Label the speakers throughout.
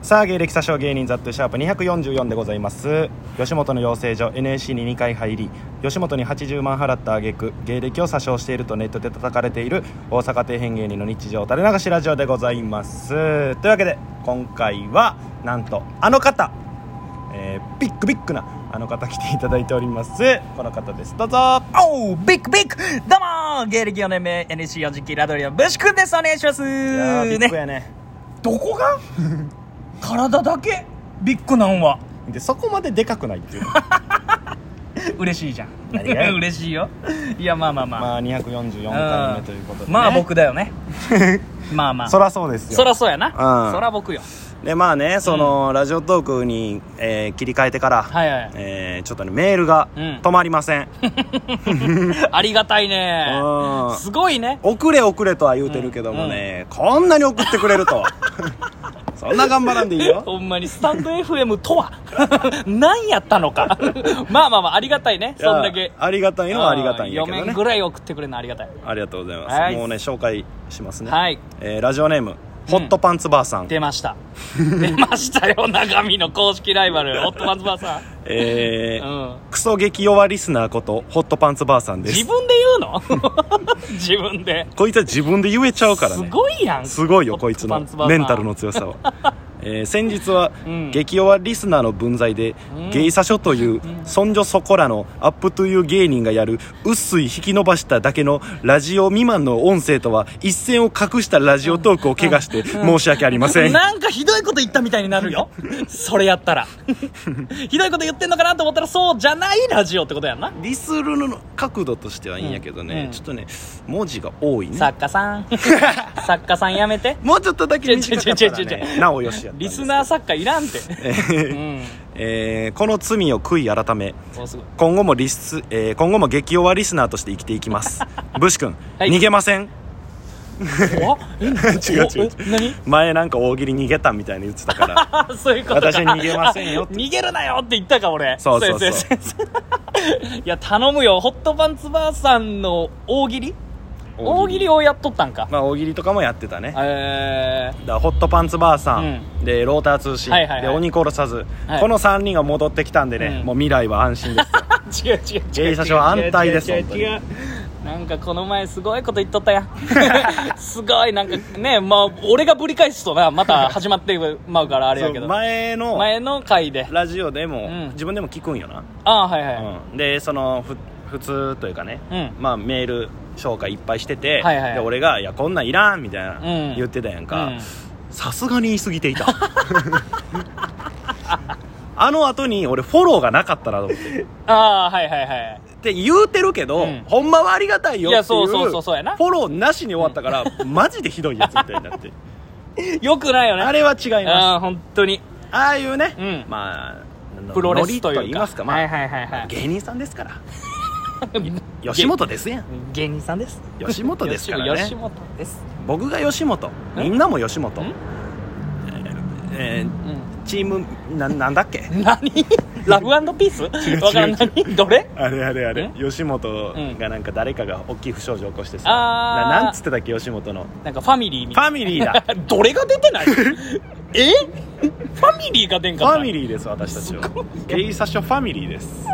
Speaker 1: さあ芸歴詐称芸人ザットシャープ244でございます吉本の養成所 NSC に2回入り吉本に80万払った挙句芸歴を詐称しているとネットで叩かれている大阪底辺芸人の日常垂れ流しラジオでございますというわけで今回はなんとあの方、えー、ビッグビッグなあの方来ていただいておりますこの方ですどうぞ
Speaker 2: おうビッグビッグどうも芸歴4年目 NC4 次期ラドリアのブシ君ですお願いします
Speaker 1: いやービッグ
Speaker 2: ね
Speaker 1: やね
Speaker 2: どこが 体だけビッグなんは
Speaker 1: でそこまででかくない っていう
Speaker 2: 嬉しいじゃん
Speaker 1: 何が
Speaker 2: 嬉しいよいやまあまあまあ、
Speaker 1: まあ244回目ということで、ね、
Speaker 2: まあ僕だ よねまあまあ
Speaker 1: そらそうですよ
Speaker 2: そらそうやな、
Speaker 1: うん
Speaker 2: そら僕よ
Speaker 1: でまあねその、ラジオトークに、えー切り替えてから、
Speaker 2: はいはい
Speaker 1: えーちょっとねメールが
Speaker 2: うん
Speaker 1: 止まりませ ん、
Speaker 2: ありがたいね
Speaker 1: うん
Speaker 2: すごいね
Speaker 1: 遅れ遅れとは言うてるけどもね、こんなに送ってくれると はそんな頑張らんでいいよ
Speaker 2: ほんまにスタンド FM とは 何やったのかまあまあまあありがたいね そんだ
Speaker 1: いや
Speaker 2: け
Speaker 1: ありがたいのはありがたいんやけ
Speaker 2: うん
Speaker 1: ど
Speaker 2: 四面
Speaker 1: ね
Speaker 2: ぐらい送ってくれるのありがたい
Speaker 1: ありがとうございます、
Speaker 2: はい
Speaker 1: もうね紹介しますね、
Speaker 2: はい
Speaker 1: えーラジオネームホットパンツばあさん、
Speaker 2: 出ました出ましたよ長見の公式ライバル ホットマンズバーさん、
Speaker 1: えー
Speaker 2: うん、
Speaker 1: クソ激弱リスナーことホットパンツばあさんで
Speaker 2: 自
Speaker 1: す
Speaker 2: 分で言う の自分で
Speaker 1: こいつは自分で言えちゃうからね
Speaker 2: すごいやん
Speaker 1: す ごいよこいつの
Speaker 2: ホットパンツバーさん
Speaker 1: メンタルの強 さは、えー先日は、
Speaker 2: うん
Speaker 1: 激弱リスナーの分際で、
Speaker 2: うん
Speaker 1: ゲイサショという、そんじょそこらのアップトゥーユー芸人がやる薄い引き伸ばしただけのラジオ未満の音声とは一線を隠したラジオトークを怪我して申し訳ありません、
Speaker 2: なんかひどいこと言ったみたいにな るよそれやったらひどいこと言ってんのかなと思ったらそうじゃないラジオってことやんな
Speaker 1: リスルの角度としてはいいんやけどね、
Speaker 2: うんうん
Speaker 1: ちょっとね文字が多いね
Speaker 2: 作家 さん作家さんやめて
Speaker 1: もうちょっとだけ短かったら、
Speaker 2: ちょちょちょち
Speaker 1: ね、なおよしやったんで
Speaker 2: リ
Speaker 1: す
Speaker 2: スナー作家いらんて、うん
Speaker 1: えーこの罪を悔い改め
Speaker 2: おすごい
Speaker 1: 今後もリス、えー今後も激弱リスナーとして生きていきます 武士君、
Speaker 2: はい
Speaker 1: 逃げません
Speaker 2: おえ
Speaker 1: 違う違う違う
Speaker 2: おえ何
Speaker 1: 前なんか大喜利逃げたみたいに言ってたから
Speaker 2: あそういうことか
Speaker 1: 私逃げませんよって
Speaker 2: 逃げるなよって言ったか俺
Speaker 1: そうそうそう
Speaker 2: 先生先 生いや頼むよホットパンツばあさんの大喜利 大喜利をやっとったんか
Speaker 1: まあ大喜利とかもやってたね
Speaker 2: え
Speaker 1: だからホットパンツばあさん、でローター通信、
Speaker 2: はいはいはい
Speaker 1: で鬼殺さず、
Speaker 2: はい
Speaker 1: この3人が戻ってきたんでね、
Speaker 2: うん
Speaker 1: もう未来は安心です
Speaker 2: ー、違う違う違う
Speaker 1: 芸者賞は安泰です
Speaker 2: 違う違う
Speaker 1: 本当に
Speaker 2: 違うなんかこの前すごいこと言っとったやん すごいなんかねまあ俺がぶり返すとなまた始まってまう からあれやけ
Speaker 1: そ
Speaker 2: ど
Speaker 1: う前の
Speaker 2: 前の回で
Speaker 1: ラジオでも、
Speaker 2: うん
Speaker 1: 自分でも聞くんよな、
Speaker 2: ああはいは
Speaker 1: うん、でそのふ普通というかね、
Speaker 2: いうん
Speaker 1: まあ、メール紹介いっぱいしてて、
Speaker 2: はいはい
Speaker 1: で俺が「いやこんなんいらん」みたいな、
Speaker 2: うん
Speaker 1: 言ってたやん
Speaker 2: う
Speaker 1: か
Speaker 2: ん
Speaker 1: さすがに言い過ぎていたあの後に俺フォローがなかったなと思って
Speaker 2: ああはいはいはい
Speaker 1: で言うてるけど、
Speaker 2: うん
Speaker 1: ほんまはありがたいよっていう
Speaker 2: いやそうそうそうそうやな
Speaker 1: フォローなしに終わったから、マジでひどいやつみたいになって
Speaker 2: よくないよね
Speaker 1: あれは違い
Speaker 2: あ
Speaker 1: ま
Speaker 2: あ本当に
Speaker 1: すああいうね、
Speaker 2: うん
Speaker 1: まあ
Speaker 2: プロレスというか
Speaker 1: ノリ言いますか、まあ
Speaker 2: はいはいはいはい
Speaker 1: 芸人さんですから吉本ですやん
Speaker 2: 芸人さんです
Speaker 1: 吉本ですからね
Speaker 2: 吉本です
Speaker 1: 僕が吉本みんなも吉本
Speaker 2: ん
Speaker 1: えーえー
Speaker 2: うん
Speaker 1: チームななんだっけ
Speaker 2: 何ラフピースわからん何どれ
Speaker 1: あれあれあれ
Speaker 2: ん
Speaker 1: 吉本がなんか誰かが大きい不祥事を起こしてさ、
Speaker 2: あー
Speaker 1: ななんつってたっけ吉本の
Speaker 2: なんかファミリー
Speaker 1: フ
Speaker 2: みたい
Speaker 1: ァミリー だ
Speaker 2: などれが出てないえファミリーが出ん
Speaker 1: フ
Speaker 2: かった
Speaker 1: ァミリーです私たち はゲイサショファミリーです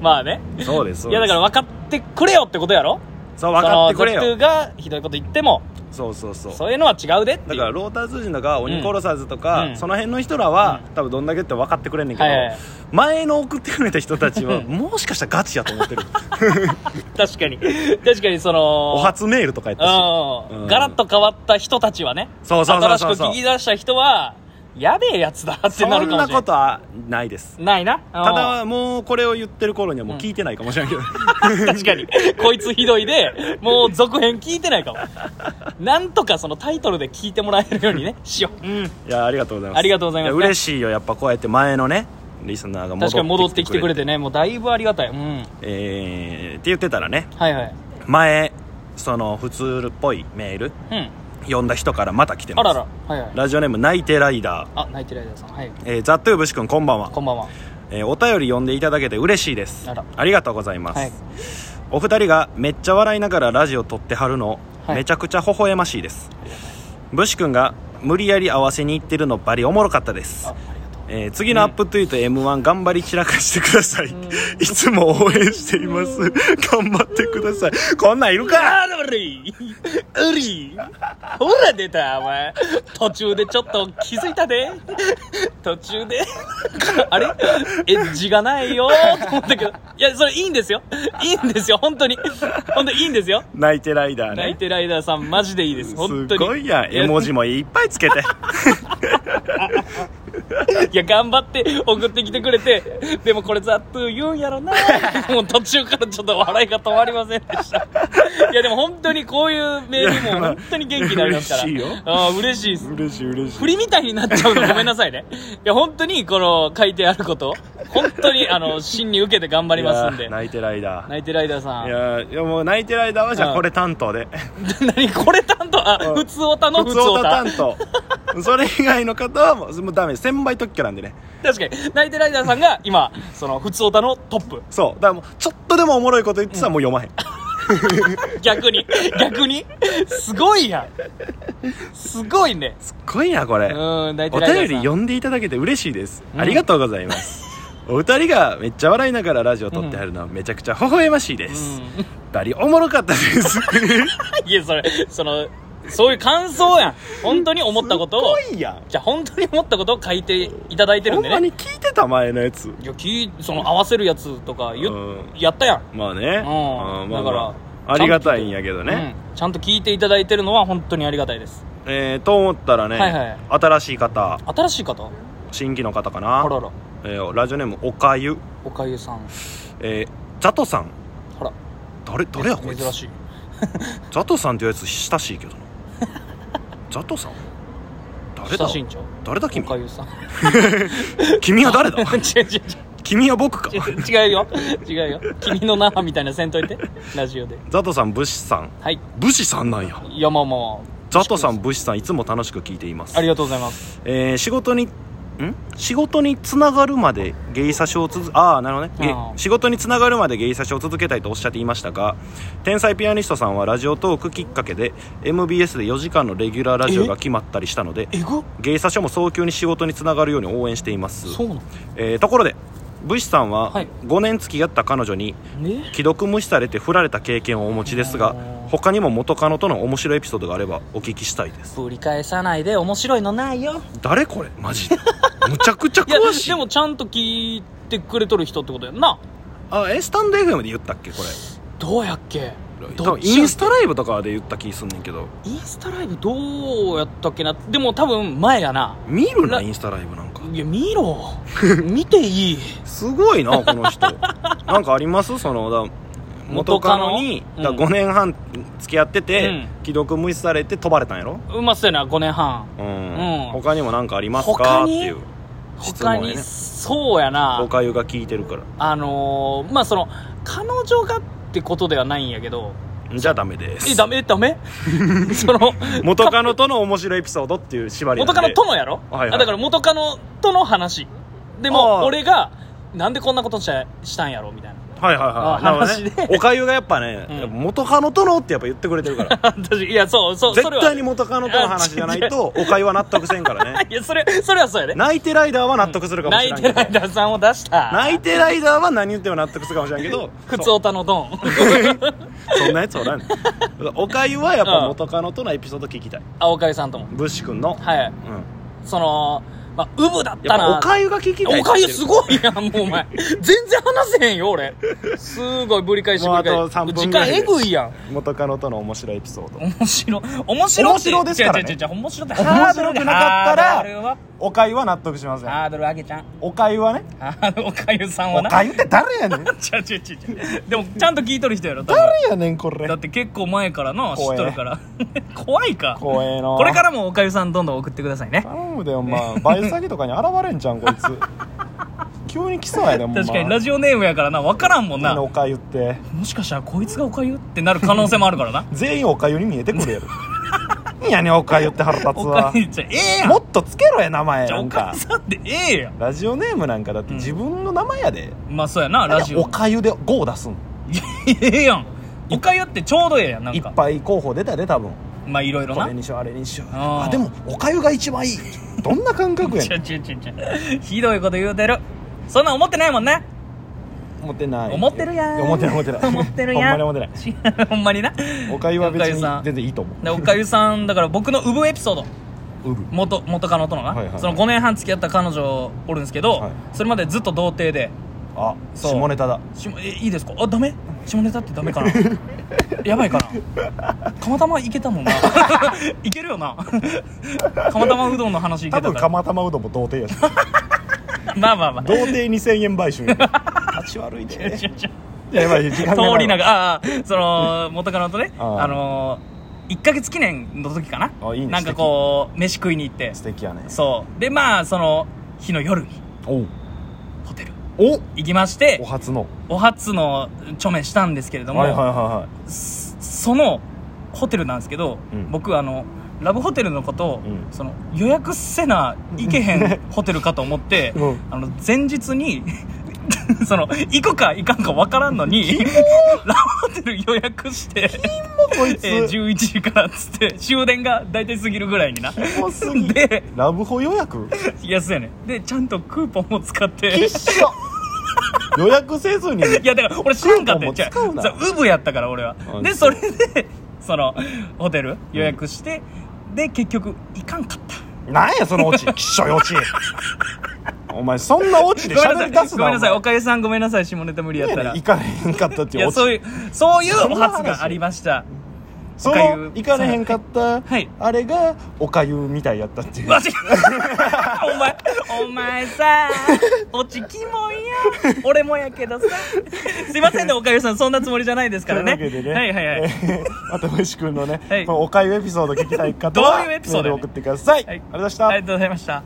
Speaker 2: まあね
Speaker 1: そうですそうです
Speaker 2: いやだから分かってくれよってことやろ
Speaker 1: そう分かってくれ
Speaker 2: その
Speaker 1: よ
Speaker 2: 族がひどいこと言っても
Speaker 1: そうそうそう
Speaker 2: そういうのは違うでって
Speaker 1: だ
Speaker 2: いう
Speaker 1: からローター通信とか鬼殺さずとか、
Speaker 2: うん
Speaker 1: その辺の人らは、
Speaker 2: う
Speaker 1: 多分どんだけって分かってくれんねんけど、
Speaker 2: はいはいはい
Speaker 1: 前の送ってくれた人たちは
Speaker 2: うん
Speaker 1: もしかしたらガチやと思ってる
Speaker 2: 確かに確かにその
Speaker 1: お初メールとかやったし
Speaker 2: うん
Speaker 1: うん
Speaker 2: ガラッと変わった人たちはね
Speaker 1: そうそうそうそうそう
Speaker 2: 新しく聞き出した人はやべえやつだって
Speaker 1: そん
Speaker 2: なるかもしれな
Speaker 1: ないことはないです
Speaker 2: ないな
Speaker 1: た
Speaker 2: う
Speaker 1: だもうこれを言ってる頃にはもう聞いてないかもしれないけど、
Speaker 2: ん確かにこいつひどいでもう続編聞いてないかもなんとかそのタイトルで聞いてもらえるようにねしよう、うん、
Speaker 1: いやありがとうございます
Speaker 2: ありがとうございます
Speaker 1: や嬉しいよやっぱこうやって前のねリスナーが戻って
Speaker 2: 確かに戻ってきてくれ
Speaker 1: て
Speaker 2: てねもうだいぶありがたいうん
Speaker 1: えー、って言ってたらね
Speaker 2: はいはい
Speaker 1: 前その普通っぽいメール
Speaker 2: うん
Speaker 1: 読んだ人からまた来てま
Speaker 2: あ
Speaker 1: す
Speaker 2: ららはいはい
Speaker 1: ラジオネーム泣いてライダー
Speaker 2: あ泣いてる間さんはい
Speaker 1: えー、ザットゥーブシ君こんばんは
Speaker 2: こんばんは
Speaker 1: えーお便り読んでいただけて嬉しいです
Speaker 2: あら
Speaker 1: りがとうございます、
Speaker 2: はい
Speaker 1: お二人がめっちゃ笑いながらラジオ撮ってはるの、
Speaker 2: はい
Speaker 1: めちゃくちゃ微笑ましいです武士君が無理やり合わせに行ってるのバリおもろかったです
Speaker 2: ありがとう
Speaker 1: えー次のアップトゥイート m 1頑張り散らかしてください、いつも応援しています頑張ってくださいこんなんいるか
Speaker 2: あーりうりほら出たお前途中でちょっと気づいたで途中であれエッジがないよと思ったけどいやそれいいんですよいいんですよ本当に本当にいいんですよ
Speaker 1: 泣いてライダー
Speaker 2: ナイ
Speaker 1: ね
Speaker 2: テライダーさんマジでいいです
Speaker 1: す
Speaker 2: 本当に
Speaker 1: ごいやん絵文字もいっぱいつけて
Speaker 2: いや頑張って送ってきてくれてでもこれザッと言うん やろなもう途中からちょっと笑いが止まりませんでしたいやでも本当にこういうメールも本当に元気になりますから
Speaker 1: いやま
Speaker 2: あー 嬉しいです
Speaker 1: 嬉しい嬉し
Speaker 2: 振りみたいになっちゃうのごめんなさ いね。いや、本当にこの書いてあること、本当にあの、真に受けて頑張りますん
Speaker 1: いや
Speaker 2: で
Speaker 1: ー。泣いてライダー
Speaker 2: ナイテライダーさ
Speaker 1: い
Speaker 2: ん。
Speaker 1: やーいやもう泣いてライダーはじゃ
Speaker 2: う
Speaker 1: あ
Speaker 2: ん
Speaker 1: これ担当で
Speaker 2: 何これ担当あ、
Speaker 1: うん
Speaker 2: 普通オタの
Speaker 1: 普
Speaker 2: 普
Speaker 1: 通
Speaker 2: 通オ
Speaker 1: オタ
Speaker 2: タ
Speaker 1: 担。当それ以外の方はもうもうダメ1000倍特許なんでね
Speaker 2: 確かに。ナイテライダーさんが今、その、普通オタのトップ。
Speaker 1: そうだからもうちょっとでもおもろいこと言ってたらもう読まへん、
Speaker 2: 逆に。逆に。すごいやん。すごいね。
Speaker 1: すっごいなこれ、
Speaker 2: うん、ナイ
Speaker 1: お
Speaker 2: テライダーさん。
Speaker 1: 便り読んでいただけて嬉しいです、
Speaker 2: うん
Speaker 1: ありがとうございます お二人がめっちゃ笑いながらラジオ撮ってはるのはめちゃくちゃ微笑ましいです、バリおもろかったです
Speaker 2: うん。いや、それ、その、そういう感想やん。本当に 思ったことを。
Speaker 1: すごいやん
Speaker 2: じゃあ本当に思ったことを書いていただいてる
Speaker 1: ほ
Speaker 2: ん
Speaker 1: ん
Speaker 2: で
Speaker 1: ま
Speaker 2: ね。
Speaker 1: に聞いてた前のやつ
Speaker 2: いやきその合わせるやつとか言っ
Speaker 1: うん
Speaker 2: やったやん、
Speaker 1: まあね、うんまあまあ
Speaker 2: だから
Speaker 1: ありがたいんやけどね、
Speaker 2: うんちゃんと聞いていただいてるのは本当にありがたいです
Speaker 1: えー、と思ったらね、
Speaker 2: はいはい
Speaker 1: 新しい方
Speaker 2: 新しい方
Speaker 1: 新規の方か
Speaker 2: あ
Speaker 1: な
Speaker 2: らら
Speaker 1: えーラジオネームおかゆ、
Speaker 2: おかゆさん
Speaker 1: えー、ザトさん
Speaker 2: ほら
Speaker 1: 誰誰やこいつ
Speaker 2: 珍しい
Speaker 1: ザトさんっていうやつ親しいけどな ザトさん誰だ
Speaker 2: 下身長
Speaker 1: 誰だ
Speaker 2: お
Speaker 1: 君
Speaker 2: かゆさん
Speaker 1: 君は誰だ
Speaker 2: 違う違う
Speaker 1: 君は僕か
Speaker 2: 違 う違うよ違うよ君の名みたいなせんといてラジオで
Speaker 1: ザトさん武士さん
Speaker 2: はい
Speaker 1: 武士さんなんや
Speaker 2: いやまあまあ
Speaker 1: ザトさん武士さんいつも楽しく聞いています
Speaker 2: ありがとうございます
Speaker 1: えー仕事にん仕事につながるまで芸差しを続ああなるほどねゲイ
Speaker 2: あー
Speaker 1: 仕事につながるまで芸差しを続けたいとおっしゃっていましたが天才ピアニストさんはラジオトークきっかけで MBS で4時間のレギュラーラジオが決まったりしたので
Speaker 2: えぐ
Speaker 1: 芸差しも早急に仕事につながるように応援しています
Speaker 2: そうなの
Speaker 1: えーところで武士さんは
Speaker 2: はい
Speaker 1: 5年付き合った彼女に
Speaker 2: ね
Speaker 1: 既読無視されて振られた経験をお持ちですが
Speaker 2: おー
Speaker 1: 他にも元カノとの面白いエピソードがあればお聞きしたいです
Speaker 2: 振り返さないで面白いのないよ
Speaker 1: 誰これマジでむちゃくちゃ
Speaker 2: いや
Speaker 1: 詳しい
Speaker 2: でもちゃんと聞いてくれとる人ってことやんな
Speaker 1: あえスタンド FM で言ったっけこれ
Speaker 2: どうやっけ
Speaker 1: 多
Speaker 2: ど
Speaker 1: 分
Speaker 2: っちやっけ
Speaker 1: インスタライブとかで言った気すんねんけど
Speaker 2: インスタライブどうやったっけなでも多分前やな
Speaker 1: 見るな
Speaker 2: ラ
Speaker 1: インスタライブなんか
Speaker 2: いや見 ろ見ていい
Speaker 1: すごいなこの 人なんかありますそのだ元カノに
Speaker 2: 元カノ
Speaker 1: だ5
Speaker 2: うん
Speaker 1: 年半付き合ってて、
Speaker 2: うん
Speaker 1: 既読無視されて飛ばれたんやろ
Speaker 2: うまそうやな5年半
Speaker 1: うん、
Speaker 2: うん
Speaker 1: 他にも何かありますか
Speaker 2: 他
Speaker 1: って
Speaker 2: に
Speaker 1: いう質問
Speaker 2: 他
Speaker 1: やね
Speaker 2: にそうやな
Speaker 1: おかゆが聞いてるから
Speaker 2: あのー、まあその彼女がってことではないんやけど
Speaker 1: じゃあダメです
Speaker 2: えダメダメ その
Speaker 1: 元カノとの面白いエピソードっていう縛りなん
Speaker 2: 元
Speaker 1: で
Speaker 2: カノとのやろ、
Speaker 1: はいはい
Speaker 2: あだから元カノとの話で
Speaker 1: あ
Speaker 2: も
Speaker 1: ー
Speaker 2: 俺がなんでこんなことしたしたんやろみたいな
Speaker 1: はいはいは
Speaker 2: あ
Speaker 1: い なるほどね
Speaker 2: 話
Speaker 1: おかゆがやっぱね、
Speaker 2: うん
Speaker 1: やっぱ元カノとのってやっぱ言ってくれてるから
Speaker 2: 私いやそうそうそれ
Speaker 1: 絶
Speaker 2: は
Speaker 1: 対に元カノとの話じゃないとおかゆは納得せんからね
Speaker 2: いやそれそれはそうやで
Speaker 1: 泣いてライダーは納得するかもしれな
Speaker 2: 泣
Speaker 1: いけ
Speaker 2: いて
Speaker 1: ど
Speaker 2: ライダーさんを出した
Speaker 1: 泣いてライダーは何言っても納得するかもしれんけど
Speaker 2: 普通オタのドン
Speaker 1: そんなやつおらんねんおかゆはやっぱ元カノとのエピソード聞きたい
Speaker 2: 青かゆさんとも
Speaker 1: ブッシュ君の、
Speaker 2: はい
Speaker 1: うん
Speaker 2: そのまあウブだっ
Speaker 1: や
Speaker 2: た
Speaker 1: っぱ
Speaker 2: な
Speaker 1: おかゆが聞きたい
Speaker 2: おかゆすごいやんもうお前全然話せへんよ俺すごいぶり返してぶり
Speaker 1: もう
Speaker 2: 返
Speaker 1: あと3分
Speaker 2: して時
Speaker 1: ぐら
Speaker 2: 間
Speaker 1: いで
Speaker 2: えぐいやん
Speaker 1: 元カノとの面白いエピソード
Speaker 2: 面白面白って
Speaker 1: 面白ですからね
Speaker 2: 違う違う違う面白って
Speaker 1: 面白くなかったら
Speaker 2: ハードルは
Speaker 1: おかゆは納得しません
Speaker 2: ハードル上げちゃん
Speaker 1: おかゆはね
Speaker 2: ハードルおかゆさんは
Speaker 1: お
Speaker 2: な
Speaker 1: かゆって誰やね ん
Speaker 2: 違う違う違う違うでもちゃんと聞いとる人やろ多分
Speaker 1: 誰やねんこれ
Speaker 2: だって結構前からな知
Speaker 1: 怖
Speaker 2: っ
Speaker 1: え
Speaker 2: とるから 怖いか
Speaker 1: 怖えな
Speaker 2: これからもおかゆさんどんどん送ってくださいね
Speaker 1: 頼むでよまあバイト先とかに現れんじゃんこ いつ急に来そうやでも
Speaker 2: 確かにラジオネームやからな分からんもんな
Speaker 1: おかゆって
Speaker 2: もしかしたらこいつがおかゆってなる可能性もあるから な
Speaker 1: 全員おかゆに見えてくるや ろ何やねんおかゆって腹立つ
Speaker 2: お
Speaker 1: わ
Speaker 2: かゆじゃええやん
Speaker 1: もっとつけろや名前
Speaker 2: じゃ
Speaker 1: な
Speaker 2: あお
Speaker 1: ん
Speaker 2: か
Speaker 1: か
Speaker 2: ゆさんってええやん
Speaker 1: ラジオネームなんかだって自分の名前やで、
Speaker 2: まあそうやな
Speaker 1: なん
Speaker 2: ラ
Speaker 1: で
Speaker 2: ジ
Speaker 1: お
Speaker 2: オ
Speaker 1: かゆで5出すん
Speaker 2: ええやんおかゆってちょうどええやんないん
Speaker 1: っ
Speaker 2: か
Speaker 1: ぱい候補出たで多分
Speaker 2: まあいろいろ
Speaker 1: こ
Speaker 2: な
Speaker 1: れにしようあれにしよう
Speaker 2: あー
Speaker 1: あでもおかゆが一番いいどんな感覚や
Speaker 2: ち
Speaker 1: ね
Speaker 2: ょちょちょちょひどいこと言うてるそんなん思ってないもんなん
Speaker 1: 思ってない
Speaker 2: 思ってるやん
Speaker 1: 思ってない思ってない
Speaker 2: 思ってる
Speaker 1: ほんま
Speaker 2: やん
Speaker 1: に思って
Speaker 2: ない ほんまにな
Speaker 1: ないおかゆは別
Speaker 2: おかゆさ
Speaker 1: に
Speaker 2: ん
Speaker 1: 全然いいと思
Speaker 2: でおかゆさんだから僕の産むエピソード
Speaker 1: ううぶ
Speaker 2: 元元カノとのな、
Speaker 1: はいはいはい
Speaker 2: その5年半付き合った彼女おるんですけど、
Speaker 1: はい
Speaker 2: それまでずっと童貞で
Speaker 1: あ
Speaker 2: そう
Speaker 1: 下ネタだ
Speaker 2: しえいいですかあダメ下ネタってダメ かなやばいかな釜玉いけた もんないけるよな釜玉うどんの話いけ
Speaker 1: 多
Speaker 2: た
Speaker 1: 分
Speaker 2: から
Speaker 1: 釜玉うどんも童貞やし
Speaker 2: まあまあまあ
Speaker 1: 童貞2000円買 収やで立ち悪いで
Speaker 2: ちょちょ
Speaker 1: やばい時間がない
Speaker 2: 通りながらああその元カノとね
Speaker 1: ああ
Speaker 2: あの1ヶ月記念の時かな
Speaker 1: あいいね
Speaker 2: なんかこう飯食いに行って
Speaker 1: 素敵やね
Speaker 2: そうでまあその日の夜に
Speaker 1: おう
Speaker 2: ホテル
Speaker 1: お
Speaker 2: 行きまして
Speaker 1: お初の
Speaker 2: お初の著名したんですけれども、
Speaker 1: はいはいは
Speaker 2: そそのホテルなんですけど、
Speaker 1: うん
Speaker 2: 僕あのラブホテルのことを、
Speaker 1: うん
Speaker 2: その予約せないけへ んホテルかと思って、
Speaker 1: うん
Speaker 2: あの前日に その行くか行かんか分からん のにラブホテル予約して、
Speaker 1: いこい
Speaker 2: えー
Speaker 1: つ
Speaker 2: 11時からっつって終電が大体過ぎるぐらいにな
Speaker 1: モすぎ
Speaker 2: で
Speaker 1: ラブホ予約
Speaker 2: いやそうやねでちゃんとクーポンも使って
Speaker 1: きっしょ予約せずに
Speaker 2: いやだから俺知らんかったよ
Speaker 1: クーポンも使うな
Speaker 2: じゃあウブやったから俺は
Speaker 1: あ
Speaker 2: で
Speaker 1: そ
Speaker 2: そうれで そのホテル予約して、で結局行かんかった
Speaker 1: なんやそのオチきっしょいオチお前そんなオチで
Speaker 2: ごめん
Speaker 1: 喋り
Speaker 2: な
Speaker 1: 出
Speaker 2: さい
Speaker 1: すな
Speaker 2: ごめんなさい
Speaker 1: お
Speaker 2: お
Speaker 1: 前
Speaker 2: かゆさんごめんなさい下ネタ無理やったら、
Speaker 1: 行かれへんかったって
Speaker 2: い
Speaker 1: いう
Speaker 2: や
Speaker 1: オチ
Speaker 2: そういうそういうお
Speaker 1: そ
Speaker 2: 初
Speaker 1: んな話
Speaker 2: がありました
Speaker 1: そ
Speaker 2: おかゆ
Speaker 1: の行かれへんかった、
Speaker 2: はい
Speaker 1: あれがおかゆみたいやったっていう
Speaker 2: マジお前お前さオチキモいや俺もやけどさすいませんねおかゆさんそんなつもりじゃないですからね
Speaker 1: というわけでね、
Speaker 2: はいはいはい、
Speaker 1: えー、あとむし君のね、
Speaker 2: はい
Speaker 1: このおかゆエピソード聞きたい方は
Speaker 2: どういうエピソードやね
Speaker 1: メール送ってください、
Speaker 2: はい
Speaker 1: ありがとうございました
Speaker 2: ありがとうございました